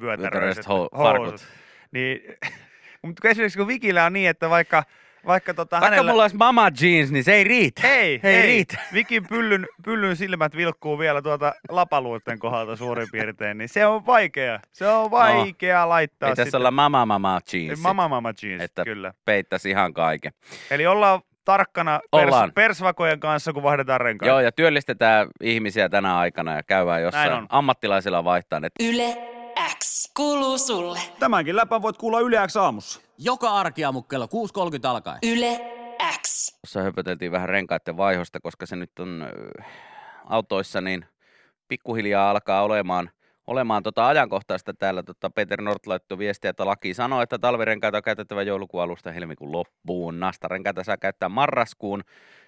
[SPEAKER 3] vyötäröiset
[SPEAKER 2] Vyötäröiset hou- farkut.
[SPEAKER 3] Niin, *laughs* mutta kun esimerkiksi kun Vikillä on niin, että vaikka, vaikka, tota
[SPEAKER 2] Vaikka
[SPEAKER 3] hänellä...
[SPEAKER 2] mulla olisi mama jeans, niin se ei riitä.
[SPEAKER 3] Ei,
[SPEAKER 2] ei
[SPEAKER 3] ei,
[SPEAKER 2] riitä.
[SPEAKER 3] Vikin pyllyn, pyllyn silmät vilkkuu vielä tuolta lapaluuten kohdalta suurin piirtein, niin se on vaikea. Se on vaikea no, laittaa
[SPEAKER 2] Pitäisi
[SPEAKER 3] sitten.
[SPEAKER 2] olla mama mama jeans.
[SPEAKER 3] Mama mama jeans,
[SPEAKER 2] Että-
[SPEAKER 3] että... kyllä.
[SPEAKER 2] Peittäisi ihan kaiken.
[SPEAKER 3] Eli ollaan tarkkana
[SPEAKER 2] Ollaan.
[SPEAKER 3] pers- persvakojen kanssa, kun vaihdetaan renkaita.
[SPEAKER 2] Joo, ja työllistetään ihmisiä tänä aikana ja käydään jossain
[SPEAKER 3] on.
[SPEAKER 2] ammattilaisilla vaihtaa ne
[SPEAKER 4] Yle X. X kuuluu sulle.
[SPEAKER 5] Tämänkin läpän voit kuulla Yle X aamussa.
[SPEAKER 6] Joka arkiaamu kello 6.30 alkaen.
[SPEAKER 4] Yle X.
[SPEAKER 2] Tuossa höpöteltiin vähän renkaiden vaihosta, koska se nyt on ö, autoissa, niin pikkuhiljaa alkaa olemaan, olemaan tota ajankohtaista täällä. Tota Peter Nort laittoi viestiä, että laki sanoo, että talvirenkaita on käytettävä joulukuun alusta helmikuun loppuun. Nastarenkaita saa käyttää marraskuun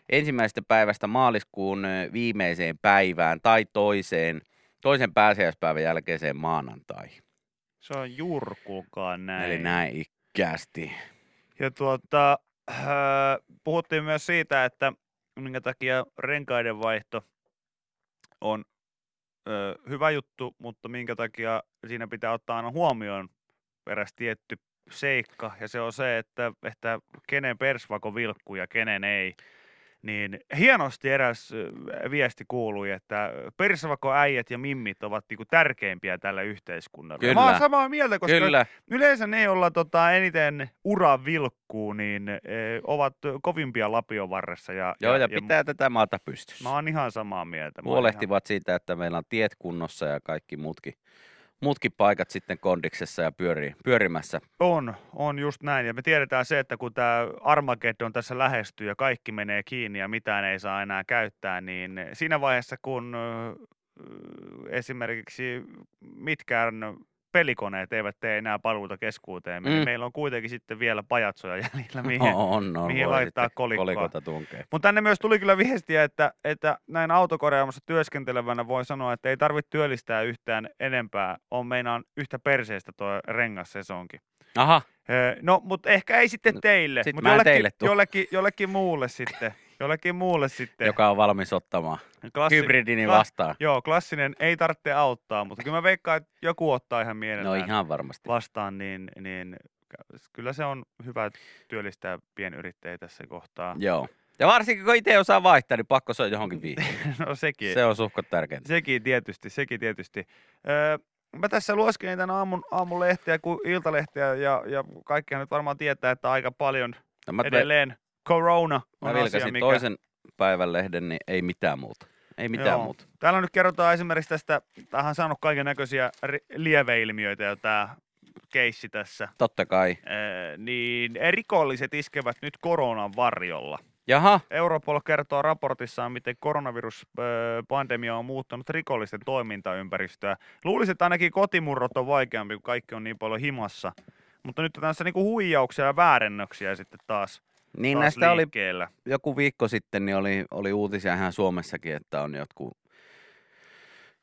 [SPEAKER 2] ensimmäisestä päivästä maaliskuun ö, viimeiseen päivään tai toiseen, toisen pääsiäispäivän jälkeiseen maanantaihin.
[SPEAKER 3] Se on jurkukaan näin.
[SPEAKER 2] Eli näin ikkäästi.
[SPEAKER 3] Ja tuota, äh, puhuttiin myös siitä, että minkä takia renkaiden vaihto on ö, hyvä juttu, mutta minkä takia siinä pitää ottaa aina huomioon eräs tietty seikka, ja se on se, että, että kenen persvako vilkkuu ja kenen ei. Niin hienosti eräs ö, viesti kuului, että persvakoäijät ja mimmit ovat niinku tärkeimpiä tällä yhteiskunnalla. Ja Mä oon
[SPEAKER 2] Kyllä.
[SPEAKER 3] samaa mieltä, koska
[SPEAKER 2] Kyllä.
[SPEAKER 3] Yleensä ne, joilla tota, eniten ura vilkkuu, niin eh, ovat kovimpia lapion varressa. Ja,
[SPEAKER 2] Joo, ja, pitää tätä maata pystyssä.
[SPEAKER 3] Mä oon ihan samaa mieltä. Mä oon
[SPEAKER 2] Huolehtivat siitä, että meillä on tiet kunnossa ja kaikki muutkin, muutkin paikat sitten kondiksessa ja pyöri, pyörimässä.
[SPEAKER 3] Ihan, on, on just näin. Ja me tiedetään se, että kun tämä Armageddon tässä lähestyy ja kaikki menee kiinni ja mitään ei saa enää käyttää, niin siinä vaiheessa, kun ö, esimerkiksi mitkään pelikoneet eivät tee enää paluuta keskuuteen, mm.
[SPEAKER 2] Mm.
[SPEAKER 3] niin meillä on kuitenkin sitten vielä pajatsoja jäljellä, mihin,
[SPEAKER 2] on, on,
[SPEAKER 3] mihin
[SPEAKER 2] voi
[SPEAKER 3] laittaa
[SPEAKER 2] sitten
[SPEAKER 3] kolikkoa.
[SPEAKER 2] kolikota tunkee.
[SPEAKER 3] Mutta tänne myös tuli kyllä viestiä, että, että näin autokorjaamassa työskentelevänä voi sanoa, että ei tarvitse työllistää yhtään enempää. On meinaan yhtä perseestä tuo rengassesonki.
[SPEAKER 2] Aha,
[SPEAKER 3] Öö, No, mutta ehkä ei sitten teille.
[SPEAKER 2] sit
[SPEAKER 3] mut
[SPEAKER 2] mä en
[SPEAKER 3] jollekin,
[SPEAKER 2] teille tuu.
[SPEAKER 3] jollekin, jollekin muulle
[SPEAKER 2] *laughs*
[SPEAKER 3] sitten. Jollekin muulle sitten.
[SPEAKER 2] joka on valmis ottamaan
[SPEAKER 3] Klassi-
[SPEAKER 2] hybridini
[SPEAKER 3] kla-
[SPEAKER 2] vastaan.
[SPEAKER 3] Joo, klassinen ei tarvitse auttaa, mutta kyllä mä veikkaan, että joku ottaa ihan
[SPEAKER 2] No
[SPEAKER 3] mielellään
[SPEAKER 2] ihan varmasti.
[SPEAKER 3] vastaan, niin, niin kyllä se on hyvä työllistää pienyrittäjiä tässä kohtaa.
[SPEAKER 2] Joo. Ja varsinkin kun itse osaa vaihtaa, niin pakko se on johonkin viihin.
[SPEAKER 3] *laughs* No sekin.
[SPEAKER 2] Se on suhko tärkeintä.
[SPEAKER 3] Sekin tietysti, sekin tietysti. Öö, mä tässä lueskelin tämän aamun, aamulehtiä kuin iltalehtiä ja, ja kaikkihan nyt varmaan tietää, että aika paljon
[SPEAKER 2] No Mä, mä,
[SPEAKER 3] edelleen corona
[SPEAKER 2] mä
[SPEAKER 3] on asia,
[SPEAKER 2] vilkasin
[SPEAKER 3] mikä...
[SPEAKER 2] toisen päivän lehden, niin ei mitään muuta. Ei mitään
[SPEAKER 3] Joo.
[SPEAKER 2] muuta.
[SPEAKER 3] Täällä nyt kerrotaan esimerkiksi tästä, tämähän on saanut kaiken näköisiä lieveilmiöitä jo tämä keissi tässä.
[SPEAKER 2] Totta kai.
[SPEAKER 3] Öö, niin rikolliset iskevät nyt koronan varjolla.
[SPEAKER 2] Jaha,
[SPEAKER 3] Europol kertoo raportissaan, miten koronaviruspandemia on muuttanut rikollisten toimintaympäristöä. Luulisin, että ainakin kotimurrot on vaikeampi, kun kaikki on niin paljon himassa. Mutta nyt on tässä niinku huijauksia ja väärennöksiä sitten taas,
[SPEAKER 2] niin
[SPEAKER 3] taas
[SPEAKER 2] näistä oli
[SPEAKER 3] liikkeellä. Oli...
[SPEAKER 2] joku viikko sitten niin oli, oli uutisia ihan Suomessakin, että on jotkut,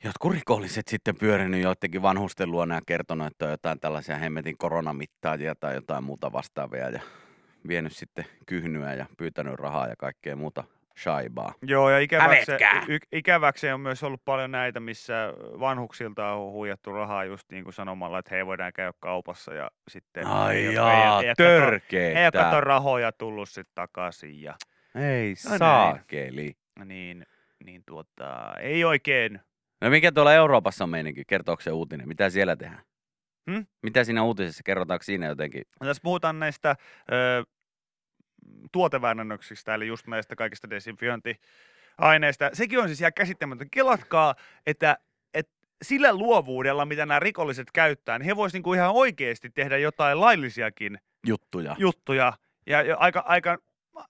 [SPEAKER 2] jotkut rikolliset sitten pyörinyt joidenkin vanhusten luona ja kertonut, että on jotain tällaisia hemmetin koronamittaajia tai jotain muuta vastaavia ja vienyt sitten kyhnyä ja pyytänyt rahaa ja kaikkea muuta shaibaa.
[SPEAKER 3] Joo, ja ikäväkseen,
[SPEAKER 2] Hävetkää!
[SPEAKER 3] y- ikäväkseen on myös ollut paljon näitä, missä vanhuksilta on huijattu rahaa just niin kuin sanomalla, että hei voidaan käydä kaupassa ja sitten...
[SPEAKER 2] Ai
[SPEAKER 3] ei-
[SPEAKER 2] jaa,
[SPEAKER 3] ei- ei- Ei ole kato
[SPEAKER 2] törkeetä.
[SPEAKER 3] rahoja tullut sitten takaisin ja
[SPEAKER 2] Ei
[SPEAKER 3] No näin.
[SPEAKER 2] saakeli.
[SPEAKER 3] niin, niin tuota, ei oikein
[SPEAKER 2] No mikä tuolla Euroopassa on meininki? Kertooko se uutinen? Mitä siellä tehdään?
[SPEAKER 3] Hmm?
[SPEAKER 2] Mitä siinä uutisessa kerrotaanko siinä jotenkin?
[SPEAKER 3] No Tässä puhutaan näistä ö, tuoteväännöksistä, eli just näistä kaikista desinfiointiaineista. Sekin on siis ihan käsittämätöntä. Kelatkaa, että, että sillä luovuudella, mitä nämä rikolliset käyttää, niin he voisivat niinku ihan oikeasti tehdä jotain laillisiakin
[SPEAKER 2] Juttuja.
[SPEAKER 3] juttuja. Ja jo aika, aika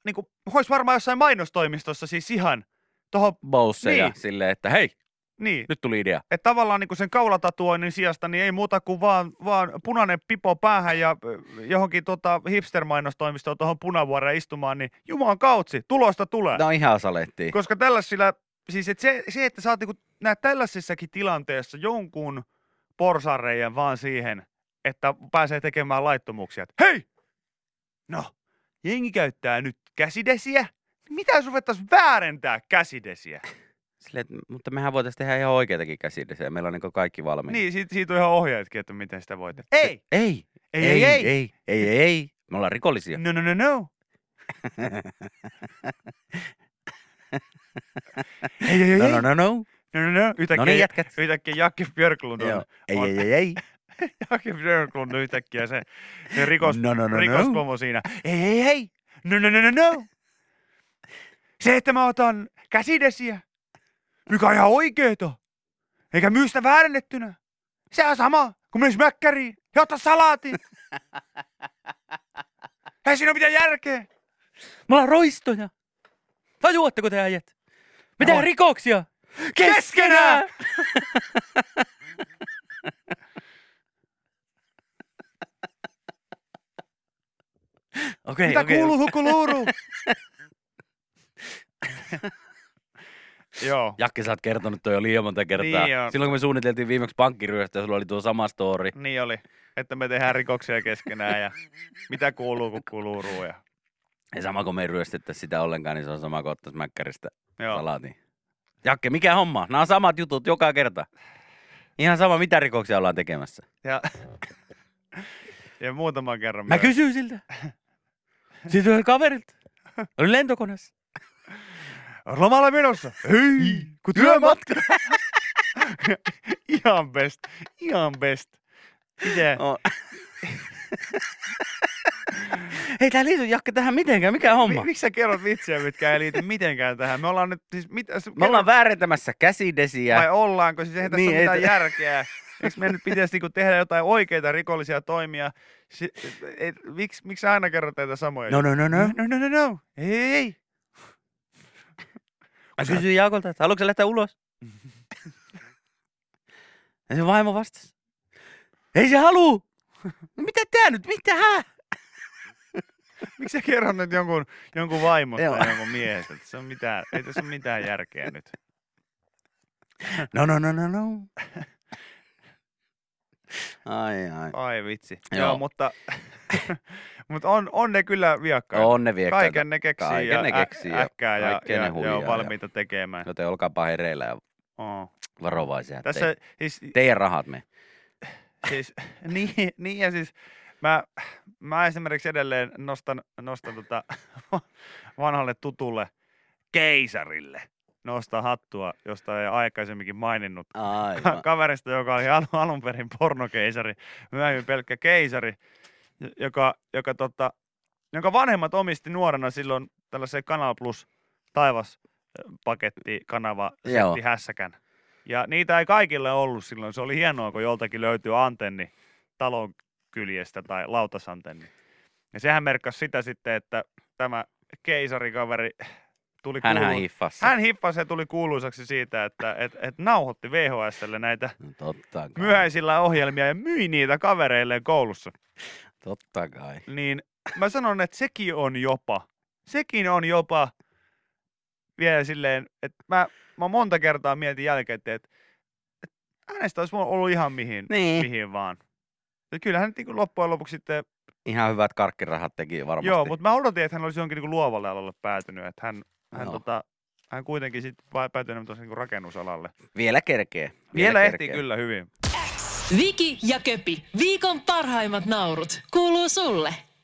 [SPEAKER 3] niinku, olisi varmaan jossain mainostoimistossa siis ihan tuohon,
[SPEAKER 2] Bousseja
[SPEAKER 3] Niin.
[SPEAKER 2] silleen, että hei,
[SPEAKER 3] niin,
[SPEAKER 2] nyt tuli idea.
[SPEAKER 3] että tavallaan niinku sen kaulatatuoinnin sijasta niin ei muuta kuin vaan, vaan punainen pipo päähän ja ö, johonkin tota hipster-mainostoimistoon tuohon punavuoreen istumaan, niin juman kautsi, tulosta tulee.
[SPEAKER 2] No ihan salettiin.
[SPEAKER 3] Koska tällaisilla, siis et se, se, että saat niinku nää tällaisissakin tilanteessa jonkun porsareijan vaan siihen, että pääsee tekemään laittomuuksia. Et, Hei! No, jengi käyttää nyt käsidesiä. Mitä jos ruvettaisiin väärentää käsidesiä?
[SPEAKER 2] Silleen, että, mutta mehän voitaisiin tehdä ihan oikeitakin käsidesiä. Meillä on niin kaikki valmiina.
[SPEAKER 3] Niin, siitä, siitä on ihan ohjeetkin, että miten sitä voi tehdä. Ei!
[SPEAKER 2] Ei,
[SPEAKER 3] Ei, ei, ei.
[SPEAKER 2] ei, ei, ei, ei. Me ollaan rikollisia.
[SPEAKER 3] No, no, no, no. ei, ei, ei,
[SPEAKER 2] No, no, no, no.
[SPEAKER 3] no, no, no. Yhtäkkiä,
[SPEAKER 2] No niin, jätkät.
[SPEAKER 3] yhtäkkiä Jakke Björklund on.
[SPEAKER 2] Joo. Ei,
[SPEAKER 3] on-
[SPEAKER 2] ei, ei, ei.
[SPEAKER 3] Jakke Björklund on yhtäkkiä se, se rikos,
[SPEAKER 2] No, no, no,
[SPEAKER 3] rikospomo
[SPEAKER 2] no.
[SPEAKER 3] siinä. Ei, ei, ei. No, no, no, no, no. Se, että mä otan käsidesiä, mikä on ihan oikeeta, eikä myystä väärennettynä. Se on sama kun menisi mäkkäriin ja ottaa salaatin. Ei siinä ole mitään järkeä.
[SPEAKER 2] Me ollaan roistoja. Tajuatteko te äijät? Me tehdään
[SPEAKER 3] on-
[SPEAKER 2] rikoksia.
[SPEAKER 3] Keskenään!
[SPEAKER 2] Okei,
[SPEAKER 3] Mitä
[SPEAKER 2] okei,
[SPEAKER 3] kuuluu, huku luuru? *laughs* Joo.
[SPEAKER 2] Jakke, sä oot kertonut toi jo liian monta kertaa.
[SPEAKER 3] Niin on.
[SPEAKER 2] Silloin kun me suunniteltiin viimeksi pankkiryöstöä, sulla oli tuo sama story.
[SPEAKER 3] Niin oli, että me tehdään rikoksia keskenään ja mitä kuuluu, kun kuuluu ja
[SPEAKER 2] Ja sama kun me ei ryöstettäisi sitä ollenkaan, niin se on sama kuin ottais mäkkäristä
[SPEAKER 3] Joo.
[SPEAKER 2] salaatin. Jakke, mikä homma? Nämä on samat jutut joka kerta. Ihan sama, mitä rikoksia ollaan tekemässä.
[SPEAKER 3] Ja, ja muutaman kerran
[SPEAKER 2] Mä
[SPEAKER 3] myös.
[SPEAKER 2] kysyin
[SPEAKER 3] *laughs*
[SPEAKER 2] siltä. Siitä yhdeltä kaverilta. Olin lentokoneessa.
[SPEAKER 3] *laughs* Lomalle menossa. Hyi, kun työmatka. *laughs* ihan best, ihan best. Miten?
[SPEAKER 2] Oh. Ei tää liity Jakke tähän mitenkään, mikä homma?
[SPEAKER 3] Mi- miksi sä kerrot vitsiä, mitkä ei liity mitenkään tähän? Me ollaan nyt siis... Mitä, s-
[SPEAKER 2] Me ollaan
[SPEAKER 3] kerrot-
[SPEAKER 2] väärentämässä käsidesiä.
[SPEAKER 3] Vai ollaanko? Siis eihän tässä
[SPEAKER 2] Niin,
[SPEAKER 3] ole
[SPEAKER 2] ei
[SPEAKER 3] mitään
[SPEAKER 2] tä-
[SPEAKER 3] järkeä. Eikö meidän nyt pitäisi niinku tehdä jotain oikeita rikollisia toimia? Si- et, miksi, miksi sä aina kerrot näitä samoja?
[SPEAKER 2] No, no, no, no.
[SPEAKER 3] no, no, no, no. Ei, ei, ei.
[SPEAKER 2] Mä kysyin Jaakolta, Siis että haluatko sä lähteä *laughs* ulos? ja se vaimo vastasi. Ei se haluu! No mitä tää nyt, mitä hää?
[SPEAKER 3] Miksi sä kerron nyt jonkun, jonkun vaimosta
[SPEAKER 2] Joo.
[SPEAKER 3] ja jonkun miehestä? Se on mitään, ei tässä ole mitään järkeä nyt.
[SPEAKER 2] No, no, no, no, no. ai, ai.
[SPEAKER 3] Ai vitsi. Joo,
[SPEAKER 2] Joo.
[SPEAKER 3] mutta, *laughs* mutta on, on ne kyllä viakkaita.
[SPEAKER 2] On ne viekkaita.
[SPEAKER 3] Kaiken ne keksii
[SPEAKER 2] Kaiken
[SPEAKER 3] ja
[SPEAKER 2] ne keksii
[SPEAKER 3] ä-
[SPEAKER 2] ja
[SPEAKER 3] äkkää ja,
[SPEAKER 2] kaikkeen
[SPEAKER 3] ja,
[SPEAKER 2] ne
[SPEAKER 3] ja,
[SPEAKER 2] huijaa
[SPEAKER 3] on
[SPEAKER 2] ja-
[SPEAKER 3] valmiita tekemään.
[SPEAKER 2] Joten olkaapa hereillä ja
[SPEAKER 3] Oh.
[SPEAKER 2] varovaisia. Tässä...
[SPEAKER 3] Tässä siis,
[SPEAKER 2] Teidän rahat me.
[SPEAKER 3] siis *laughs* niin, niin ja siis mä, mä esimerkiksi edelleen nostan, nostan tota *laughs* vanhalle tutulle keisarille. Nostan hattua, josta ei aikaisemminkin maininnut.
[SPEAKER 2] Aivan.
[SPEAKER 3] ka- kaverista, joka oli al- alun perin pornokeisari, myöhemmin pelkkä keisari, j- joka, joka tota, jonka vanhemmat omisti nuorena silloin tällaisen Kanal Plus taivas paketti kanava
[SPEAKER 2] Joo.
[SPEAKER 3] setti hässäkän. Ja niitä ei kaikille ollut silloin. Se oli hienoa, kun joltakin löytyy antenni talon kyljestä tai lautasantenni. Ja sehän merkkasi sitä sitten, että tämä keisarikaveri tuli
[SPEAKER 2] Hänhän
[SPEAKER 3] kuuluu-
[SPEAKER 2] hiffassa.
[SPEAKER 3] hän hippasi ja tuli kuuluisaksi siitä, että et, et nauhoitti VHSlle näitä
[SPEAKER 2] No, Totta kai.
[SPEAKER 3] myöhäisillä ohjelmia ja myi niitä kavereilleen koulussa.
[SPEAKER 2] Totta kai.
[SPEAKER 3] Niin mä sanon, että sekin on jopa, sekin on jopa vielä silleen, että mä, mä monta kertaa mietin jälkeen, että että hänestä olisi voinut ollut ihan mihin,
[SPEAKER 2] Niin.
[SPEAKER 3] mihin vaan. Ja kyllähän nyt niin loppujen lopuksi sitten,
[SPEAKER 2] Ihan hyvät karkkirahat teki varmasti.
[SPEAKER 3] joo, mutta mä odotin, että hän olisi jonkin niin luovalle alalle päätynyt, että hän, hän,
[SPEAKER 2] Joo.
[SPEAKER 3] tota, hän kuitenkin sitten vai- päätyi enemmän niin rakennusalalle.
[SPEAKER 2] Vielä kerkee.
[SPEAKER 3] Vielä ehtii kyllä hyvin.
[SPEAKER 4] X.
[SPEAKER 1] Viki ja Köpi, viikon parhaimmat naurut, kuuluu sulle.